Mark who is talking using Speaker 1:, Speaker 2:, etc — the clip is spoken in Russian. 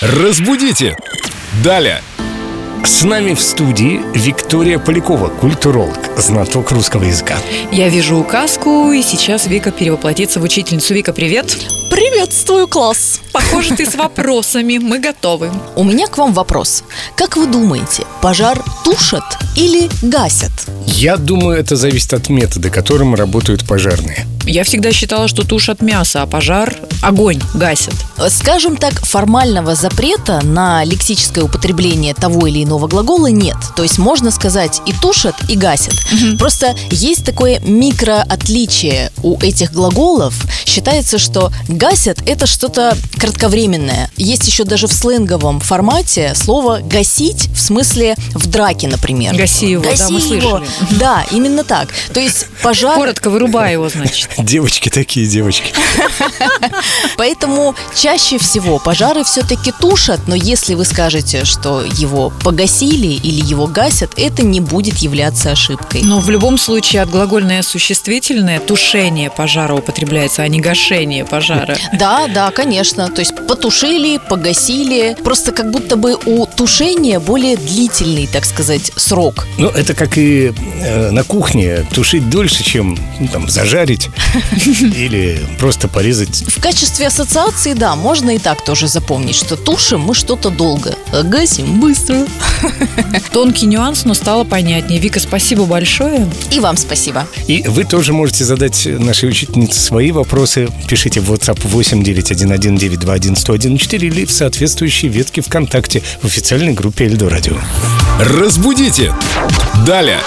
Speaker 1: Разбудите! Далее!
Speaker 2: С нами в студии Виктория Полякова, культуролог, знаток русского языка.
Speaker 3: Я вижу указку, и сейчас Вика перевоплотится в учительницу. Вика, привет!
Speaker 4: Приветствую, класс!
Speaker 3: Похоже, ты с вопросами. Мы готовы.
Speaker 4: У меня к вам вопрос. Как вы думаете, пожар тушат или гасят?
Speaker 2: Я думаю, это зависит от метода, которым работают пожарные.
Speaker 3: Я всегда считала, что тушат мясо, а пожар – огонь гасят.
Speaker 4: Скажем так, формального запрета на лексическое употребление того или иного глагола нет. То есть можно сказать и тушат, и гасят. Просто есть такое микроотличие у этих глаголов. Считается, что гасят – это что-то кратковременное. Есть еще даже в сленговом формате слово «гасить» в смысле в драке, например.
Speaker 3: Гаси его, да, мы слышали.
Speaker 4: Да, именно так. То есть пожар...
Speaker 3: Коротко вырубай его, значит.
Speaker 2: Девочки такие девочки.
Speaker 4: Поэтому чаще всего пожары все-таки тушат, но если вы скажете, что его погасили или его гасят, это не будет являться ошибкой.
Speaker 3: Но в любом случае от глагольное существительное тушение пожара употребляется, а не гашение пожара.
Speaker 4: Да, да, конечно. То есть потушили, погасили. Просто как будто бы у тушения более длительный, так сказать, срок.
Speaker 2: Но это как и э, на кухне тушить дольше, чем ну, там зажарить или просто порезать.
Speaker 4: В качестве ассоциации, да, можно и так тоже запомнить, что тушим мы что-то долго, а гасим быстро.
Speaker 3: Тонкий нюанс, но стало понятнее. Вика, спасибо большое.
Speaker 4: И вам спасибо.
Speaker 2: И вы тоже можете задать нашей учительнице свои вопросы. Пишите в WhatsApp 89119211014 или в соответствующей ветке ВКонтакте в официальной группе Эльдо Радио.
Speaker 1: Разбудите! Далее!